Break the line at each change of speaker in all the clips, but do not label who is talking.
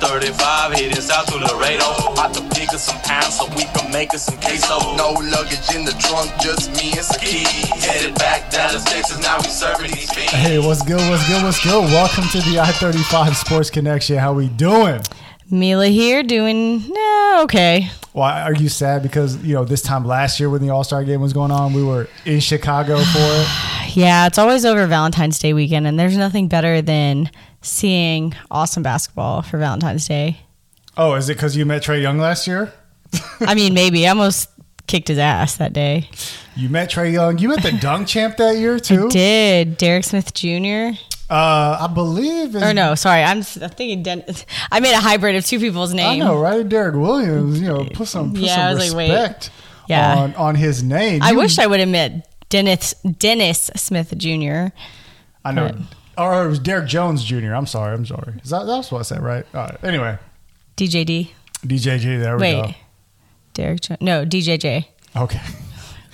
I-35 headed south to Laredo. About to pick up some pounds so we can make us some queso.
No luggage in the trunk, just me and some keys.
Headed back down to Texas, now we serving these fiends.
Hey, what's good? What's good? What's good? Welcome to the I-35 Sports Connection. How we doing?
Mila here doing nah, okay.
Why are you sad? Because you know this time last year when the All Star Game was going on, we were in Chicago for it.
Yeah, it's always over Valentine's Day weekend, and there's nothing better than seeing awesome basketball for Valentine's Day.
Oh, is it because you met Trey Young last year?
I mean, maybe I almost kicked his ass that day.
You met Trey Young. You met the dunk champ that year too.
Did Derek Smith Jr.
Uh, I believe. it's-
or no? Sorry, I'm, s- I'm thinking. Den- I made a hybrid of two people's
I
names.
know, right? Derek Williams. You know, put some put
Yeah, I
some
was like, wait.
respect
Yeah.
on on his name.
I
You-
wish I would have met Dennis Dennis Smith Jr.
I know. Or it was Derek Jones Jr. I'm sorry. I'm sorry. Is that, that's what I said, right? All right. Anyway,
DJD.
DJG. There we
Wait, Derek. Jo- no, DJJ.
go. Okay.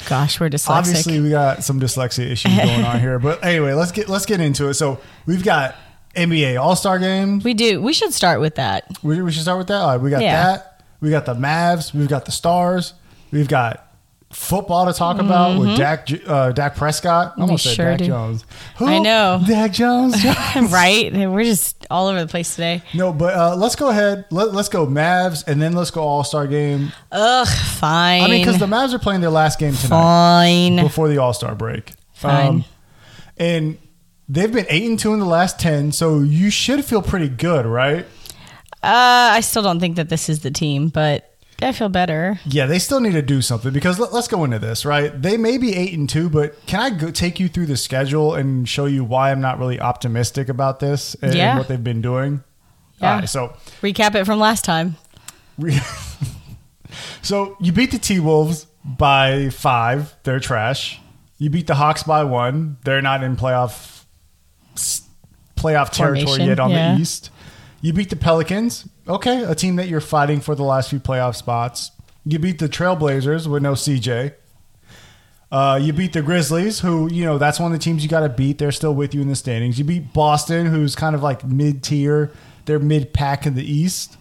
Gosh, we're dyslexic.
Obviously, we got some dyslexia issues going on here, but anyway, let's get let's get into it. So we've got NBA All Star Game.
we do. We should start with that.
We, we should start with that. All right, we got
Yeah.
that. We got the Mavs. We've got the Stars. We've got football to talk about with Dak J- uh, Dak Prescott. I almost said
Mm-hmm. sure
Dak
do.
Jones. Who?
I know.
Dak Jones.
right? We're just all over the place today.
no, but uh, let's go ahead. Let, let's go Mavs, and then let's go All Star Game.
Ugh, fine.
I mean, because the Mavs are playing their last game tonight
fine.
before the All Star break. Um,
Fine.
and they've been eight and two in the last ten, so you should feel pretty good, right?
Uh, I still don't think that this is the team, but I feel better.
Yeah, they still need to do something because let, let's go into this, right? They may be eight and two, but can I go, take you through the schedule and show you why I'm not really optimistic about this and, and
Yeah.
what they've been doing?
Yeah.
All right, so
Recap it from last time.
we- so you beat the T Wolves by five; they're trash. You beat the Hawks by one; they're not in playoff s- playoff territory
Formation,
yet on
yeah.
the East. You beat the Pelicans, okay, a team that you're fighting for the last few playoff spots. You beat the Trailblazers with no CJ. Uh, you beat the Grizzlies, who you know that's one of the teams you got to beat. They're still with you in the standings. You beat Boston, who's kind of like mid tier. They're mid pack in the East.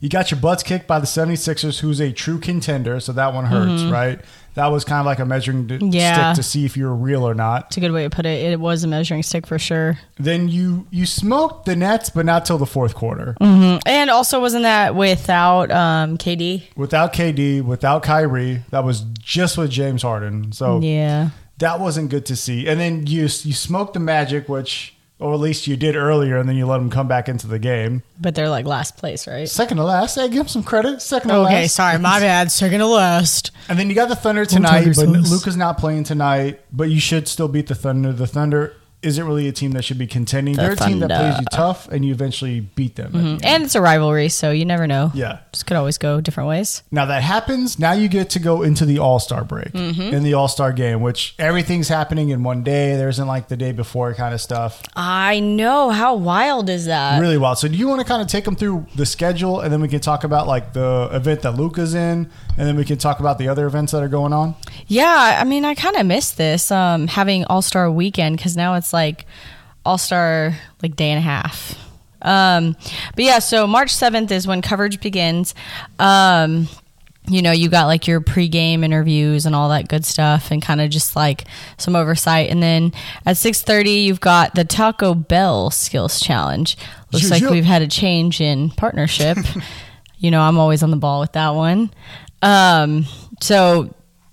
You got your butts kicked by the 76ers, who's a true contender, so that one hurts, right? That was kind of like a measuring d-
Yeah.
stick to see if you were real or not.
It's a good way to put it. It was a measuring stick for sure.
Then you you smoked the Nets, but not till the fourth quarter.
And also, wasn't that without um, KD?
Without KD, without Kyrie, that was just with James Harden. So
Yeah.
that wasn't good to see. And then you you smoked the Magic, which or at least you did earlier, and then you let them come back into the game.
But they're like last place, right?
Second to last, hey, give them some credit. Second to
Okay,
last.
sorry. My bad. Second to last.
And then you got the Thunder tonight,
Tigers
but
wins.
Luca's not playing tonight. But you should still beat the Thunder. The Thunder isn't really a team that should be contending. They're a team that
Thunder.
plays you tough, and you eventually beat them. at the end.
And it's a rivalry, so you never know.
Yeah.
This could always go different ways.
Now that happens. Now you get to go into the All Star break in the All Star game, which everything's happening in one day. There isn't like the day before kind of stuff.
I know. How wild is that?
really wild. So do you want to kind of take them through the schedule, and then we can talk about like the event that Luca's in, and then we can talk about the other events that are going on.
Yeah, I mean, I kind of miss this um, having All Star Weekend because now it's like All Star like day and a half. Um, but yeah, so March seventh is when coverage begins. Um, you know, you got like your pregame interviews and all that good stuff, and kind of just like some oversight. And then at six thirty, you've got the Taco Bell Skills Challenge. Looks like
Zhuzh.
we've had a change in partnership. you know, I'm always on the ball with that one. Um, so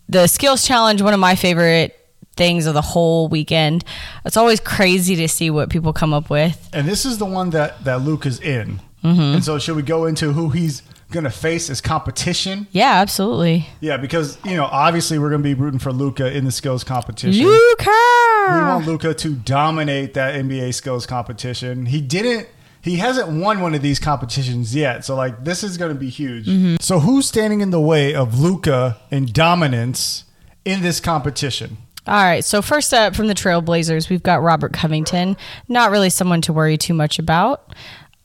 the skills challenge, one of my favorite things of the whole weekend. It's always crazy to see what people come up with.
And this is the one that that Luke is in. And so should we go into who he's going to face as competition?
Yeah, absolutely.
Yeah, because you know obviously we're going to be rooting for Luca in the skills competition. We want
Luca.
Luca to dominate that NBA skills competition. He didn't. He hasn't won one of these competitions yet. So like this is going to be huge. So who's standing in the way of Luca and dominance in this competition?
All right. So first up from the Trailblazers, we've got Robert Covington. Not really someone to worry too much about.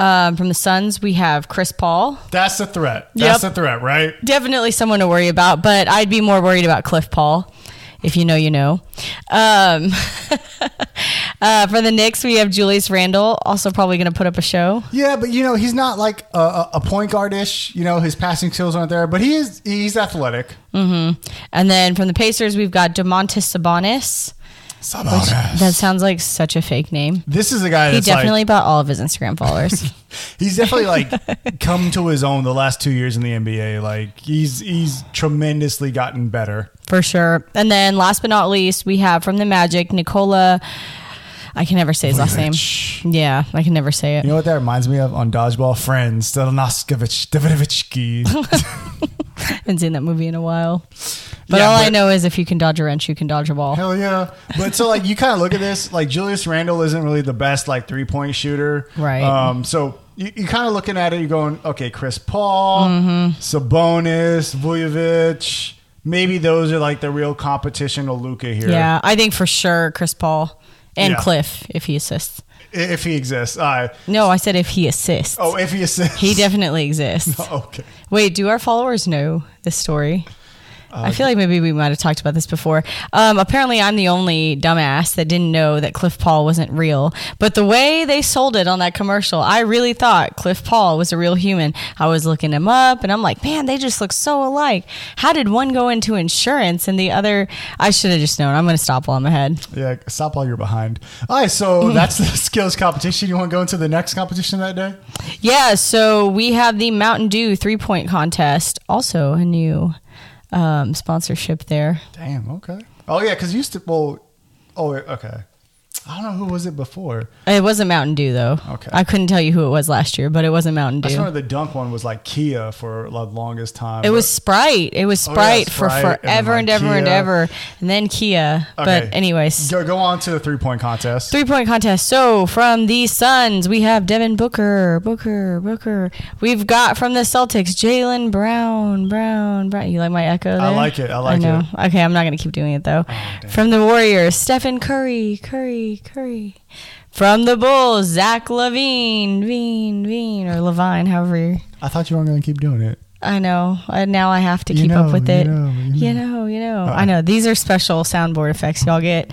Um, from the Suns, we have Chris Paul.
That's the threat. That's
Yep.
the threat, right?
definitely someone to worry about, but I'd be more worried about Cliff Paul. If you know, you know. Um, Uh, for the Knicks, we have Julius Randle, also probably going to put up a show.
Yeah, but you know he's not like a- a, a point guard ish. You know his passing skills aren't there, but he is he's athletic.
And then from the Pacers, we've got Demontis Sabonis. That sounds like such a fake name.
This is a guy
He
that's
definitely
like
bought all of his Instagram followers.
he's definitely like come to his own the last two years in the NBA. Like he's he's tremendously gotten better.
For sure. And then last but not least, we have from the Magic, Nicola. I can never say his last name. Yeah, I can never say it.
You know what that reminds me of on Dodgeball? Friends, Stelanovskevich, Davidovich.
Haven't seen that movie in a while. But
Yeah,
all I
but-
know is if you can dodge a wrench, you can dodge a ball.
Hell yeah. But so like you kind of look at this, like Julius Randle isn't really the best like three point shooter.
Right.
Um, so you, you kind of looking at it, you're going, okay, Chris Paul,
Mm-hmm.
Sabonis, Vujovic. Maybe those are like the real competition to Luca here.
Yeah, I think for sure Chris Paul and
Yeah.
Cliff if he assists.
i- If he exists. I
No, I said if he assists.
oh, if he exists.
He definitely exists.
Oh, okay.
Wait, do our followers know this story? I feel like maybe we might have talked about this before. Um, apparently, I'm the only dumbass that didn't know that Cliff Paul wasn't real. But the way they sold it on that commercial, I really thought Cliff Paul was a real human. I was looking him up and I'm like, man, they just look so alike. How did one go into insurance and the other? I should have just known. I'm going to stop while I'm ahead.
Yeah, stop while you're behind. All right,
Mm.
so that's the skills competition. You want to go into the next competition that day?
Yeah, so we have the Mountain Dew three point contest, also a new um, sponsorship there.
Damn. Okay. Oh yeah, because used to. Well. Oh okay. I don't know who was it before.
It wasn't Mountain Dew though.
Okay.
I couldn't tell you who it was last year, but it wasn't Mountain
I just
Dew.
remember the dunk one was like Kia for the longest time.
It was Sprite. It was
Oh, yeah,
Sprite,
Sprite,
for
and then,
forever
like,
and, ever and
Kia.
ever. And then Kia.
Okay.
But anyways,
Go, go on to the three point contest.
three point contest. So from the Suns, we have Devin Booker, Booker, Booker. We've got from the Celtics, Jalen Brown, Brown, Brown. You like my echo? There?
I like it. Oh, I like
know. Okay, I'm not gonna keep doing it though. from the Warriors, Stephen Curry, Curry, Curry. From the Bulls, Zach Levine, Veen, Veen, or Levine, however you're
I thought you weren't going to keep doing it.
I know. I, now I have to
You
keep
know,
up with
you
it.
know, you
you know, you know.
Uh-uh.
I know. These are special soundboard effects y'all get.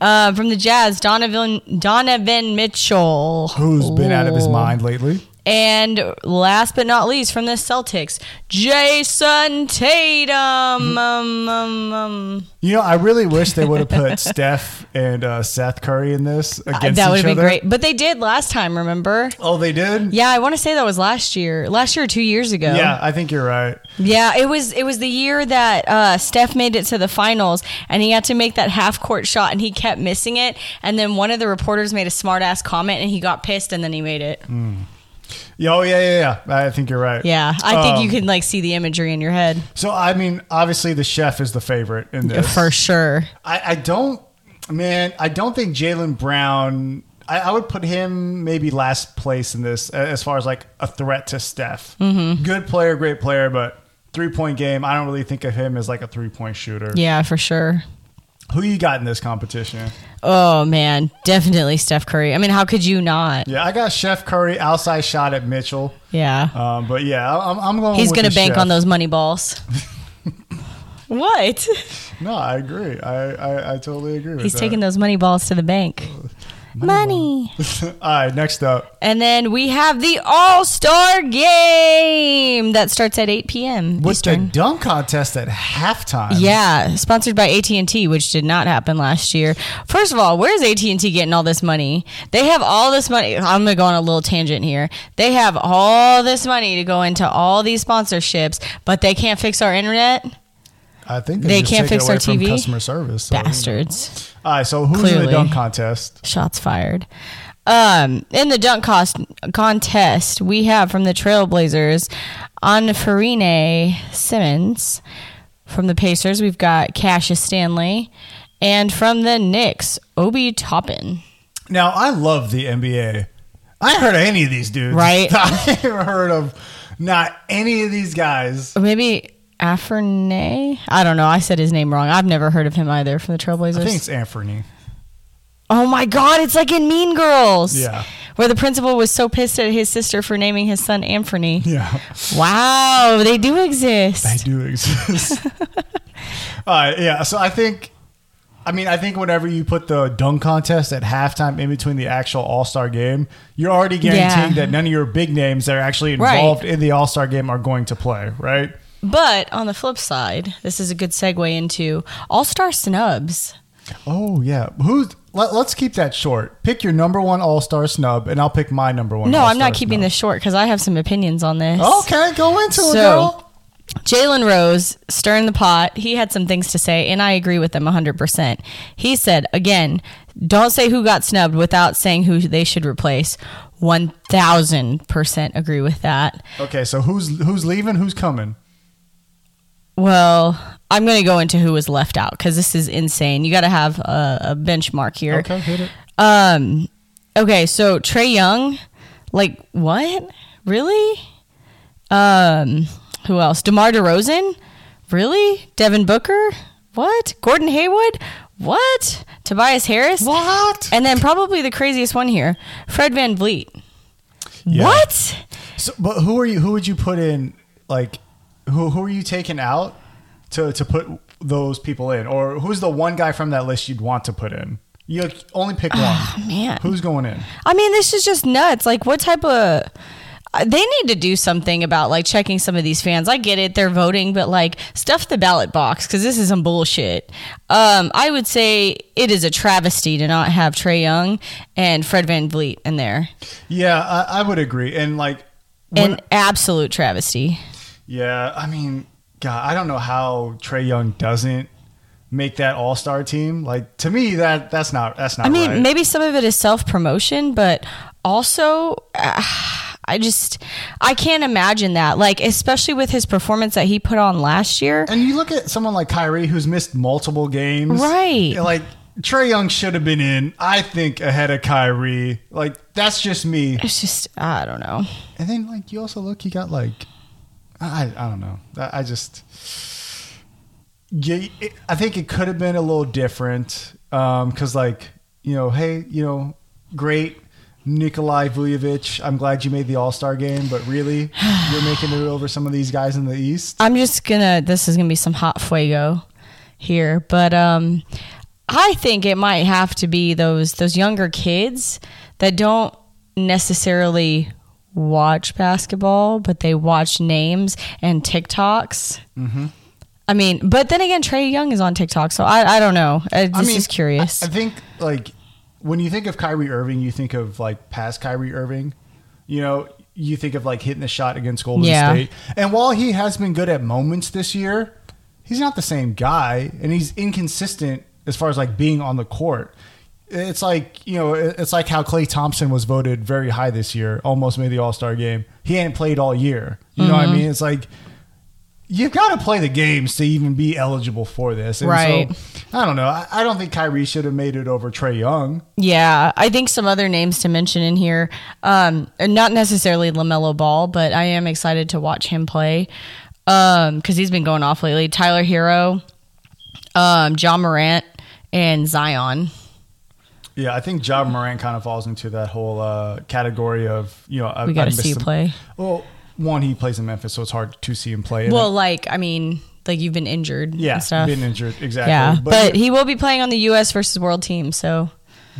Uh, from the Jazz, Donovan, Donovan Mitchell.
Who's been out of his
Ooh.
mind lately?
And last but not least, from the Celtics, Jason
Mm-hmm.
Tatum. Um, um, um.
You know, I really wish they would have put Steph and uh, Seth Curry in this
Uh,
against
That would
each
have been
other.
great. But they did last time, remember?
Oh, they did.
Yeah, I want to say that was last year. Last year or two years ago.
Yeah, I think you're right.
Yeah, it was it was the year that uh, Steph made it to the finals, and he had to make that half court shot, and he kept missing it. And then one of the reporters made a smart ass comment, and he got pissed, and then he made it.
Mm. Yeah, Oh, yeah, yeah, yeah. I think you're right.
Yeah, I think you
Um,
can like see the imagery in your head
So, I mean, obviously, the chef is the favorite in this.
for sure.
I, I don't, man, I don't think Jalen Brown. I, I would put him maybe last place in this a- as far as like a threat to Steph.
Mm-hmm.
Good player, great player, but three point game. I don't really think of him as like a three point shooter.
Yeah, for sure.
Who you got in this competition?
Oh man, definitely Steph Curry. I mean, how could you not?
Yeah, I got Chef Curry outside shot at Mitchell.
Yeah,
Um, but yeah, I- I'm, I'm going.
he's
with
gonna
the
bank
Chef.
on those money balls. what?
No, I agree. I, I, I totally agree with
He's
that.
taking those money balls to the bank. money.
All right, next up,
And then we have the All Star Game that starts at 8 p.m.
what's the
Eastern.
dunk contest at halftime?
Yeah, sponsored by AT and T, which did not happen last year. First of all, where's AT and T getting all this money? They have all this money. I'm gonna go on a little tangent here. They have all this money to go into all these sponsorships, but they can't fix our internet.
I think they,
They
just
can't
take it
fix
away
our
from
TV?
customer service. so-
Bastards.
All right, so who's in the
Clearly.
dunk contest?
Shots fired. Um, in the dunk cost contest, we have from the Trailblazers, Anfarine Simmons. From the Pacers, we've got Cassius Stanley, and from the Knicks, Obi Toppin.
Now, I love the NBA. I ain't heard of any of these dudes.
Right.
I ain't heard of not any of these guys.
Maybe Afarine. I don't know. I said his name wrong. I've never heard of him either. From the
I think
Trailblazers.
it's Anthony.
Oh my God! It's like in Mean Girls.
Yeah.
Where the principal was so pissed at his sister for naming his son Anthony.
Yeah,
Wow, they do exist.
they do exist. All right, yeah. So I think I mean, I think whenever you put the dunk contest at halftime in between the actual All Star game, you're already guaranteeing
Yeah.
that none of your big names that are actually
Right.
involved in the All Star game are going to play, right?
But on the flip side, this is a good segue into All Star snubs.
Oh yeah, who's? Let, let's keep that short. Pick your number one All Star snub, and I'll pick my number one.
No, I'm
All-Star
not keeping
snub.
this short because I have some opinions on this.
Okay, go into it,
So-
girl.
Jalen Rose, stirring the pot, he had some things to say, and I agree with him 100%. He said, again, don't say who got snubbed without saying who they should replace. 1000% agree with that.
Okay, so who's who's leaving? Who's coming?
Well, I'm going to go into who was left out because this is insane. You got to have a, a benchmark here.
Okay, hit it.
Um, okay, so Trey Young, like what? Really? Um, who else? DeMar DeRozan, really? Devin Booker, what? Gordon Haywood, what? Tobias Harris,
What?
And then probably the craziest one here, Fred Van Vliet.
Yeah.
What?
So, but who are you? Who would you put in? Like, who who are you taking out to to put those people in? Or who's the one guy from that list you'd want to put in? You only pick one.
man.
who's going in?
I mean, this is just nuts. Like, what type of. uh, They need to do something about like checking some of these fans. I get it, they're voting, but like stuff the ballot box because this is some bullshit. Um, I would say it is a travesty to not have Trey Young and Fred Van Vliet in there.
Yeah, I, I would agree. And like, when-
An absolute travesty.
yeah, I mean, God, I don't know how Trey Young doesn't make that All Star team. Like to me, that that's not that's not.
I mean,
right.
maybe some of it is self promotion, but also, uh, I just I can't imagine that. Like, especially with his performance that he put on last year.
And you look at someone like Kyrie who's missed multiple games.
Right.
Like Trey Young should have been in, I think, ahead of Kyrie. Like that's just me.
It's just I don't know.
And then like you also look, you got like I I don't know. I, I just yeah, it, I think it could have been a little different because like you know, hey, you know, great. Nikolai Vujovic, I'm glad you made the All Star game, but really, you're making it over some of these guys in the East.
I'm just gonna. This is gonna be some hot fuego here, but um, I think it might have to be those those younger kids that don't necessarily watch basketball, but they watch names and TikToks. Mm-hmm. I mean, but then again, Trey Young is on TikTok, so I I don't know. Uh, this is curious.
I, I think like when you think of Kyrie Irving, you think of like past Kyrie Irving. You know, you think of like hitting the shot against Golden
Yeah.
State. And while he has been good at moments this year, he's not the same guy, and he's inconsistent as far as like being on the court. It's like you know, it- it's like how Clay Thompson was voted very high this year, almost made the All Star game. He hadn't played all year. You know
Mm-hmm.
what I mean? It's like you've got to play the games to even be eligible for this. And
Right.
So, I don't know. I, I don't think Kyrie should have made it over Trey Young.
Yeah, I think some other names to mention in here, um, and not necessarily Lamelo Ball, but I am excited to watch him play because he's been going off lately. Tyler Hero, um, John Morant, and Zion.
Yeah, I think John Moran kind of falls into that whole uh, category of you know. I,
We
I
got to
missed
see you
him.
play.
Well, one he plays in Memphis, so it's hard to see him play. And
Well,
then-
like I mean, like you've been injured.
yeah,
and stuff.
been injured exactly.
yeah, but, he will be playing on the U.S. versus World team, so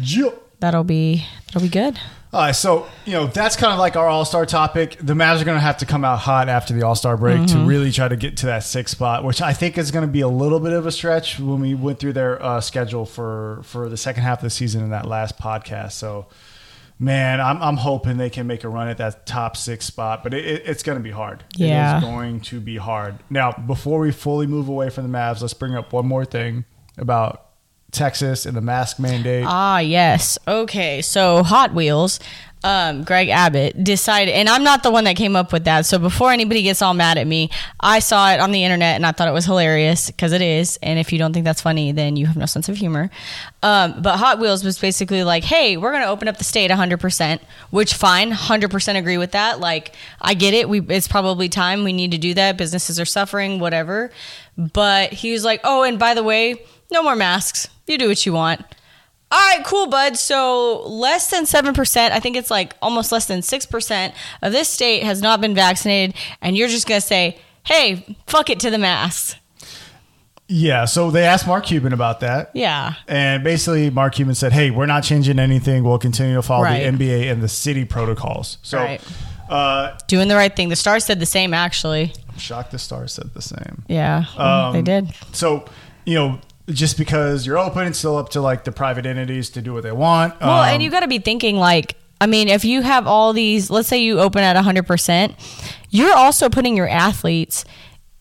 Yeah.
that'll be that'll be good.
All right, so you know that's kind of like our All Star topic. The Mavs are going to have to come out hot after the All Star break to really try to get to that sixth spot, which I think is going to be a little bit of a stretch when we went through their uh, schedule for for the second half of the season in that last podcast. So, man, I'm I'm hoping they can make a run at that top six spot, but it, it, it's going to be hard. it
Yeah.
is going to be hard. Now, before we fully move away from the Mavs, let's bring up one more thing about Texas and the mask mandate.
Ah, yes. Okay. So Hot Wheels, um, Greg Abbott decided, and I'm not the one that came up with that. So before anybody gets all mad at me, I saw it on the internet and I thought it was hilarious because it is. And if you don't think that's funny, then you have no sense of humor. Um, but Hot Wheels was basically like, hey, we're going to open up the state 100%, which fine, 100% agree with that. Like, I get it. We, it's probably time. We need to do that. Businesses are suffering, whatever. But he was like, oh, and by the way, no more masks. You do what you want. All right, cool, bud. So less than 7%, I think it's like almost less than 6% of this state has not been vaccinated. And you're just going to say, hey, fuck it to the masks.
Yeah, so they asked Mark Cuban about that.
Yeah.
And basically, Mark Cuban said, "Hey, we're not changing anything. We'll continue to follow
Right.
the NBA and the city protocols." So,
Right.
uh,
Doing the right thing. The stars said the same, actually.
I'm shocked the star said the same.
Yeah. they did.
So, you know, just because you're open, it's still up to like the private entities to do what they want.
Well,
Um,
and you got to be thinking like, I mean, if you have all these, let's say you open at 100%, you're also putting your athletes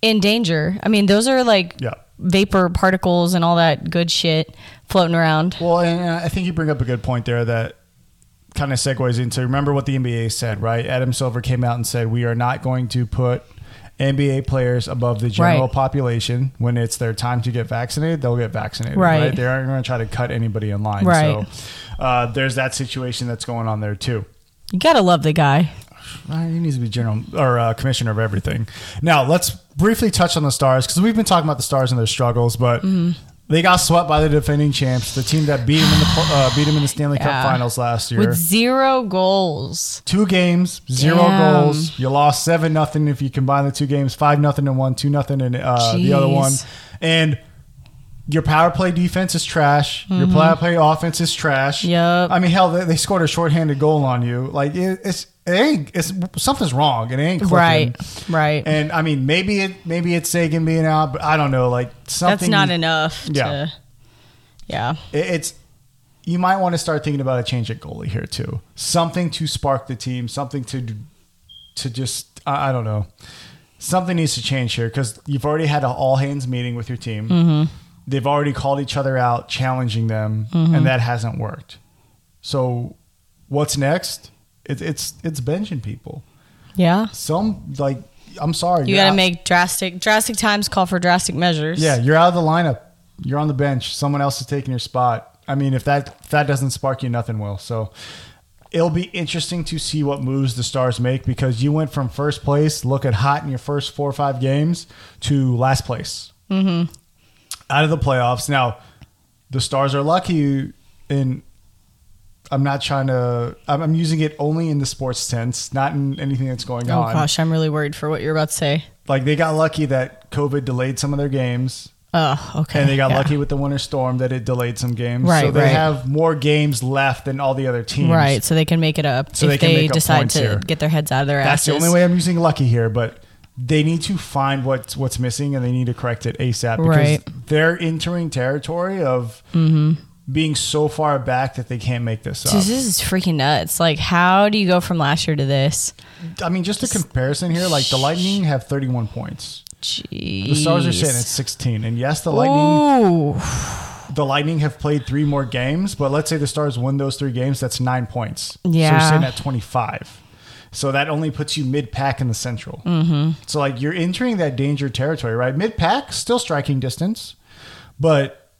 in danger. I mean, those are like
Yeah.
vapor particles and all that good shit floating around.
Well, and I think you bring up a good point there that kind of segues into remember what the NBA said, right? Adam Silver came out and said, We are not going to put NBA players above the general
Right.
population. When it's their time to get vaccinated, they'll get vaccinated, right?
Right.
They aren't going to try to cut anybody in line.
Right.
So uh, there's that situation that's going on there, too.
You got to love the guy.
Uh, He needs to be general or uh, commissioner of everything. Now let's briefly touch on the Stars because we've been talking about the Stars and their struggles, but
Mm-hmm.
they got swept by the defending champs, the team that beat them in the uh, beat them in the Stanley
Yeah.
Cup Finals last year.
With zero goals.
two games, zero
Damn.
goals. You lost seven nothing if you combine the two games, five nothing and one, two nothing and uh, the other
Jeez.
one, and. Your power play defense is trash. Your power play offense is trash.
Mm-hmm. Yup.
I mean, hell, they, they scored a shorthanded goal on you. Like it, it's it ain't it's something's wrong. It ain't clicking.
Right. Right.
And I mean, maybe it maybe it's Sagan being out, but I don't know. Like something
That's not enough.
Yeah.
To, yeah.
it- it's you might want to start thinking about a change at goalie here too. Something to spark the team. Something to to just I, I don't know. Something needs to change here because you've already had an all hands meeting with your team.
Mm-hmm.
They've already called each other out, challenging them,
Mm-hmm.
and that hasn't worked. So, what's next? It, it's it's benching people.
Yeah.
Some like I'm sorry,
You
you're
got to
out-
make drastic, drastic times call for drastic measures.
Yeah, you're out of the lineup. You're on the bench. Someone else is taking your spot. I mean, if that if that doesn't spark you, nothing will. So it'll be interesting to see what moves the Stars make because you went from first place, look at hot in your first four or five games, to last place. Mm-hmm. Out of the playoffs. Now, the Stars are lucky in. I'm not trying to. I'm, I'm using it only in the sports sense, not in anything that's going
Oh
on
gosh, I'm really worried for what you're about to say.
like they got lucky that COVID delayed some of their games,
Oh, okay.
and they got
Yeah.
lucky with the winter storm that it delayed some games. so
Right,
they
right.
have more games left than all the other teams.
Right, so they can make it up
So
if
they
they,
can make up
decide
points
to
here.
get their heads out of their
That's
asses.
the only way I'm using lucky here, but they need to find what's what's missing and they need to correct it ASAP because
Right. Mm-hmm.
they're entering territory of being so far back that they can't make this up.
Dude, this is freaking nuts. Like, how do you go from last year to this?
I mean, just a comparison here, like the Lightning have 31 points.
Jeez.
The Stars are sitting at 16. And yes, the Lightning
Ooh.
the Lightning have played three more games, but let's say the Stars win those three games, that's nine points. So
Yeah.
you're sitting at 25. So that only puts you mid pack in the Central. Mm-hmm. So, like, you're entering that danger territory, right? Mid pack, still striking distance, but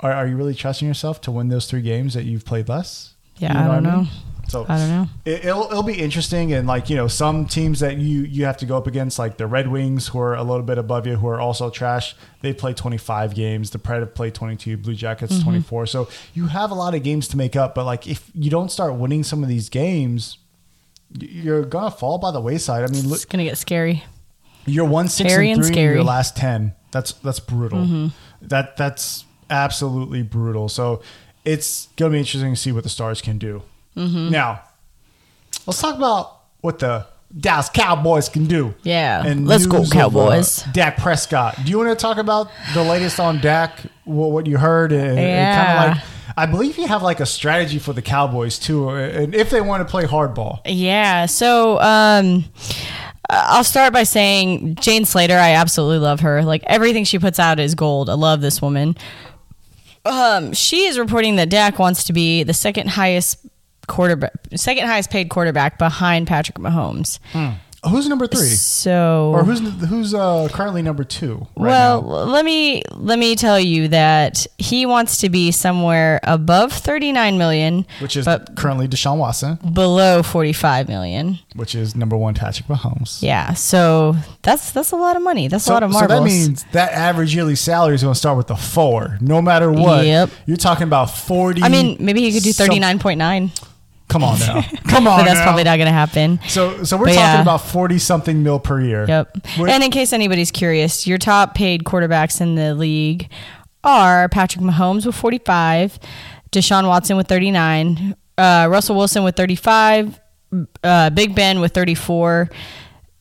are, are you really trusting yourself to win those three games that you've played less?
Yeah, I
what
don't know.
So
I don't know.
It, it'll it'll be interesting, and like you know, some teams that you you have to go up against, like the Red Wings, who are a little bit above you, who are also trash. They play twenty five games. The Predators play twenty two. Blue Jackets
Mm-hmm.
four. So you have a lot of games to make up. But like if you don't start winning some of these games, y- you're gonna fall by the wayside. I mean, look,
It's going to get scary.
you're one six
Very
and
and
three in your
scary. Mm-hmm.
last ten. That's that's brutal. That that's absolutely brutal. So it's gonna be interesting to see what the Stars can do.
Mm-hmm.
Now, let's talk about what the Dallas Cowboys can do.
Yeah. Let's go,
news of,
Cowboys.
uh, Dak Prescott. Do you want to talk about the latest on Dak? What, what you heard? And,
Yeah.
kind of like, I believe you have like a strategy for the Cowboys too, uh, and if they want to play hardball.
Yeah. So, um, I'll start by saying Jane Slater, I absolutely love her. Like everything she puts out is gold. I love this woman. Um, she is reporting that Dak wants to be the second highest quarterback, second highest paid quarterback behind Patrick Mahomes.
Who's number three?
So,
Or who's who's uh, currently number two? Right
well,
now?
let me let me tell you that he wants to be somewhere above 39 million,
which is
but Mm-hmm.
currently Deshaun Watson,
below 45 million.
which is number one Patrick Mahomes.
Yeah, so that's that's a lot of money. That's a
So,
lot of
so
marbles.
that means that average yearly salary is going to start with a four, no matter what.
Yep.
You're talking about forty.
I mean, maybe he could do
some-
39.9.
Come on now. Come on.
but that's
now.
probably not going to happen.
So, so we're
But
talking
yeah.
about forty something mil per year.
Yep.
Which-
and in case anybody's curious, your top paid quarterbacks in the league are Patrick Mahomes with 45, Deshaun Watson with 39, uh, Russell Wilson with 35, uh, Big Ben with 34,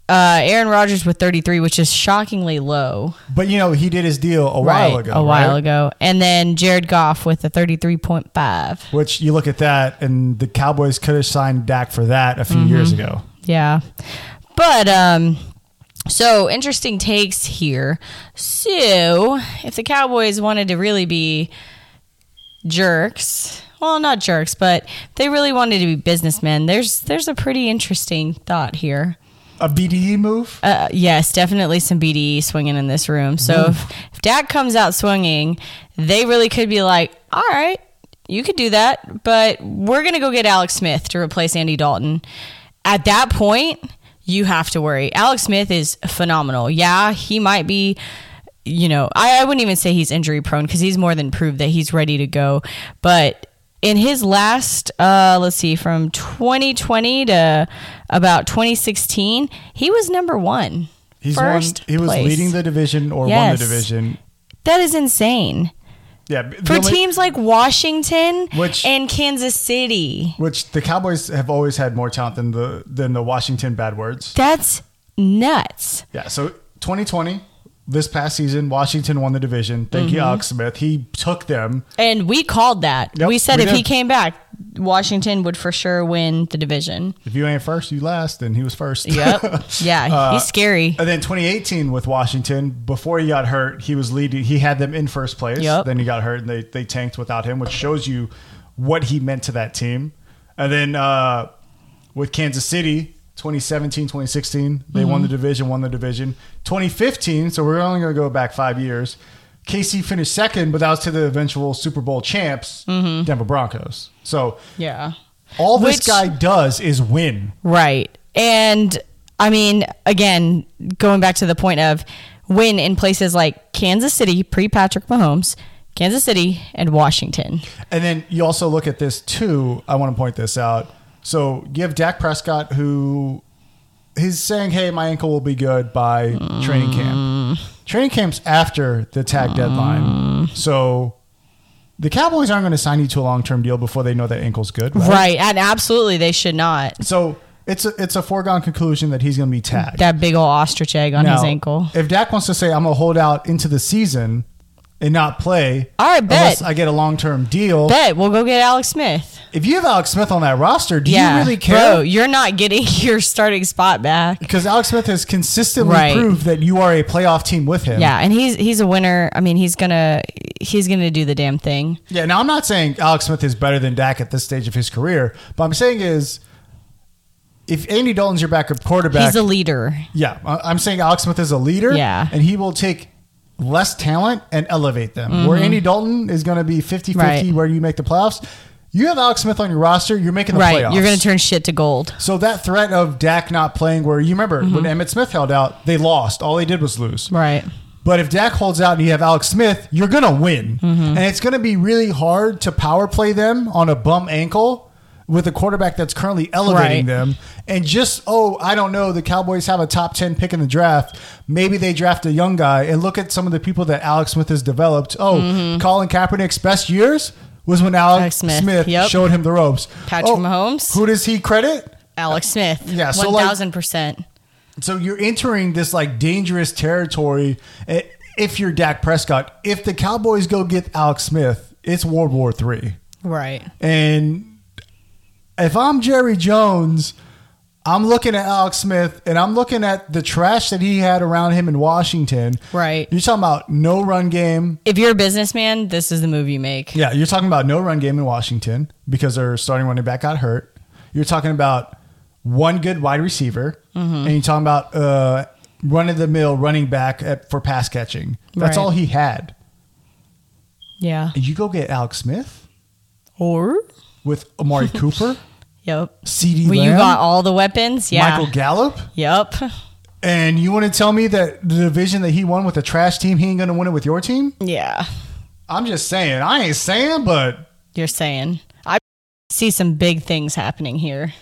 uh, Aaron Rodgers with 33, which is shockingly low.
But you know, he did his deal a while ago.
A while
right?
ago. And then Jared Goff with a 33.5.
Which you look at that, and the Cowboys could have signed Dak for that a few years
Mm-hmm.
ago.
Yeah. But um so interesting takes here. So if the Cowboys wanted to really be jerks, well not jerks, but if they really wanted to be businessmen, there's there's a pretty interesting thought here.
A BDE move.
Uh, yes, definitely some BDE swinging in this room. So if, if Dak comes out swinging, they really could be like, all right, you could do that, but we're going to go get Alex Smith to replace Andy Dalton. At that point, you have to worry. Alex Smith is phenomenal. Yeah, he might be. You know, I, I wouldn't even say he's injury prone because he's more than proved that he's ready to go. But in his last uh, let's see from 2020 to about 2016 he was number one
He's
first
won, He was
place.
leading the division or won
Yes.
the division.
that is insane
Yeah, the
for
only-
teams like washington
Which-
and kansas city
which the Cowboys have always had more talent than the than the Washington Bad Words.
that's nuts
Yeah, so 2020, this past season, Washington won the division. Thank you, Alex Smith. He took them.
and we called that
Yep,
we said
we
if he
did.
came back washington would for sure win the division
If you ain't first, you last, and he was first.
yep yeah
Uh,
he's scary
And then 2018 with Washington, before he got hurt, he was leading. He had them in first place.
Yep.
Then he got hurt, and they they tanked without him, which shows you what he meant to that team. And then uh, with Kansas City, 2017, 2016, they
Mm-hmm.
won the division, won the division. 2015, so we're only going to go back five years. KC finished second, but that was to the eventual Super Bowl champs, Denver Broncos. So
yeah
all this
Mm-hmm. Which-
guy does is win.
Right. And I mean, again, going back to the point of win in places like Kansas City, pre Patrick Mahomes, Kansas City, and Washington.
And then you also look at this too. I want to point this out. So you have Dak Prescott who he's saying, "Hey, my ankle will be good by training camp."
Mm.
Training camp's after the tag deadline, so the Cowboys aren't going to sign you to a long-term deal before they know that ankle's good, right?
Right. And absolutely, they should not.
So it's a, it's a foregone conclusion that he's going to be tagged.
That big old ostrich egg on his
Now,
ankle.
If Dak wants to say, "I'm going to hold out into the season and not play,"
All right,
unless
bet.
I get a long-term deal.
Bet we'll go get Alex Smith.
If you have Alex Smith on that roster, do
yeah.
you really care?
Bro, you're not getting your starting spot back.
because Alex Smith has consistently
Right.
proved that you are a playoff team with him.
Yeah, and he's he's a winner. I mean, he's gonna he's gonna do the damn thing.
Yeah. Now I'm not saying Alex Smith is better than Dak at this stage of his career, but I'm saying is if Andy Dalton's your backup quarterback,
He's a leader.
yeah, I- I'm saying Alex Smith is a leader.
Yeah.
and he will take less talent and elevate them. Where Andy Dalton is going to be 50-50
Mm-hmm. Right.
where you make the playoffs. You have Alex Smith on your roster. You're making the
Right.
playoffs.
You're gonna turn shit to gold.
So that threat of Dak not playing, where you remember
Mm-hmm.
when Emmett Smith held out, they lost. All they did was lose.
Right.
But if Dak holds out and you have Alex Smith, you're going to win.
Mm-hmm.
And it's going to be really hard to power play them on a bum ankle with a quarterback that's currently elevating
Right.
them. And just, oh, I don't know, the Cowboys have a top 10 pick in the draft. Maybe they draft a young guy and look at some of the people that Alex Smith has developed. Oh, Colin Kaepernick's best years was when Alex,
Mm-hmm. Alex
Smith,
Smith, yep.
showed him the ropes. Oh,
Patrick Mahomes.
Who does he credit?
Alex Smith.
yeah, so,
one
like-
thousand percent.
So you're entering this like dangerous territory eh, if you're Dak Prescott. If the Cowboys go get Alex Smith, it's World War Three.
Right.
And if I'm Jerry Jones, I'm looking at Alex Smith and I'm looking at the trash that he had around him in Washington.
Right.
You're talking about no run game.
If you're a businessman, this is the move you make.
Yeah, you're talking about no run game in Washington because their starting running back got hurt. You're talking about one good wide receiver,
Mm-hmm.
and you're talking about uh, run of the mill running back at, for pass catching. That's
Right.
all he had.
Yeah.
And you go get Alex Smith
Or
with Amari Cooper,
yep.
CD
Well, you
Lamb,
got all the weapons. Yeah.
Michael Gallup,
yep.
and you want to tell me that the division that he won with a trash team, he ain't going to win it with your team?
Yeah.
I'm just saying. I ain't saying, but
You're saying. I see some big things happening here.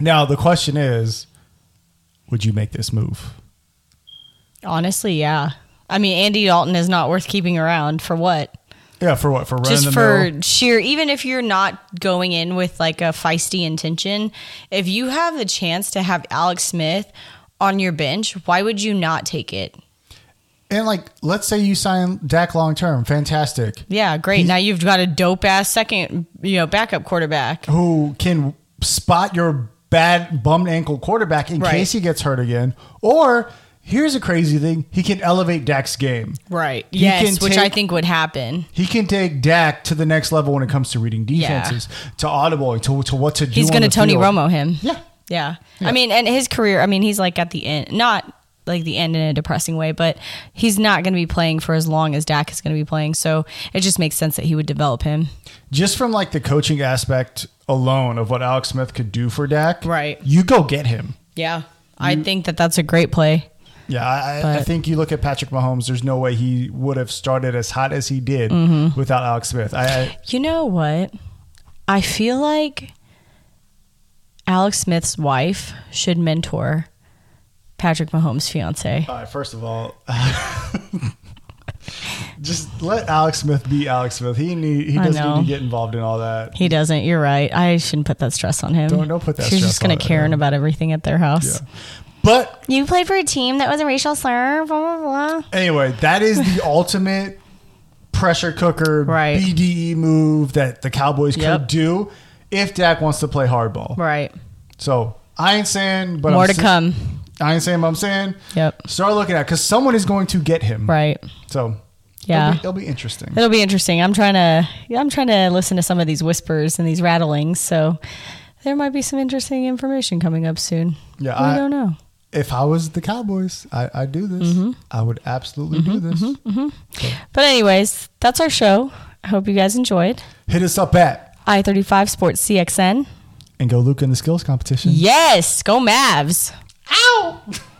Now the question is, would you make this move?
Honestly, yeah. I mean, Andy Dalton is not worth keeping around for what?
Yeah, for what? For running
Just
the
for
mill?
sheer, even if you're not going in with like a feisty intention, if you have the chance to have Alex Smith on your bench, why would you not take it?
And like, let's say you sign Dak long term, fantastic.
Yeah, great. now you've got a dope ass second, you know, backup quarterback.
who can spot your bad bummed ankle quarterback in
Right.
case he gets hurt again. Or here's a crazy thing: he can elevate Dak's game.
Right.
He
yes,
can
which I
take-
think would happen.
He can take Dak to the next level when it comes to reading
Yeah.
defenses, to audible, to, to what to do.
He's
on
going to
the
Tony
field.
Romo him.
Yeah.
Yeah.
Yeah.
I mean, and his career, I mean, he's like at the end, not like the end in a depressing way, but he's not going to be playing for as long as Dak is going to be playing. So it just makes sense that he would develop him.
Just from like the coaching aspect alone of what Alex Smith could do for Dak,
Right.
You go get him.
Yeah. Mm. I think that that's a great play.
Yeah, I, I- I
But-
think you look at Patrick Mahomes. There's no way he would have started as hot as he did
Mm-hmm.
without Alex Smith. I, I
You know what? I feel like Alex Smith's wife should mentor Patrick Mahomes' fiance.
All right, first of all, just let Alex Smith be Alex Smith. He need, he
I
doesn't
know.
need to get involved in all that.
He doesn't. You're right. I shouldn't put that stress on him.
Don't- don't put that
She's
stress
just gonna
on it,
Karen
yeah.
about everything at their house.
But
You played for a team that was a racial slur. Blah blah blah.
anyway, that is the ultimate pressure cooker
Right.
BDE move that the Cowboys
Yep.
could do if Dak wants to play hardball.
Right.
So I ain't saying, but
More
I'm
to
sa-
come.
I ain't saying, but I'm saying.
Yep.
Start looking at because someone is going to get him.
Right.
So
Yeah.
it'll be, it'll be interesting.
It'll be interesting. I'm trying to. yeah, I'm trying to listen to some of these whispers and these rattlings. So there might be some interesting information coming up soon.
Yeah,
We
I-
don't know.
If I was the Cowboys, I I do this. I would absolutely do this.
But anyways, that's our show. I hope you guys enjoyed.
Hit us up at
I thirty five Sports CXN.
and go Luke in the skills competition.
Yes, go Mavs. Ow.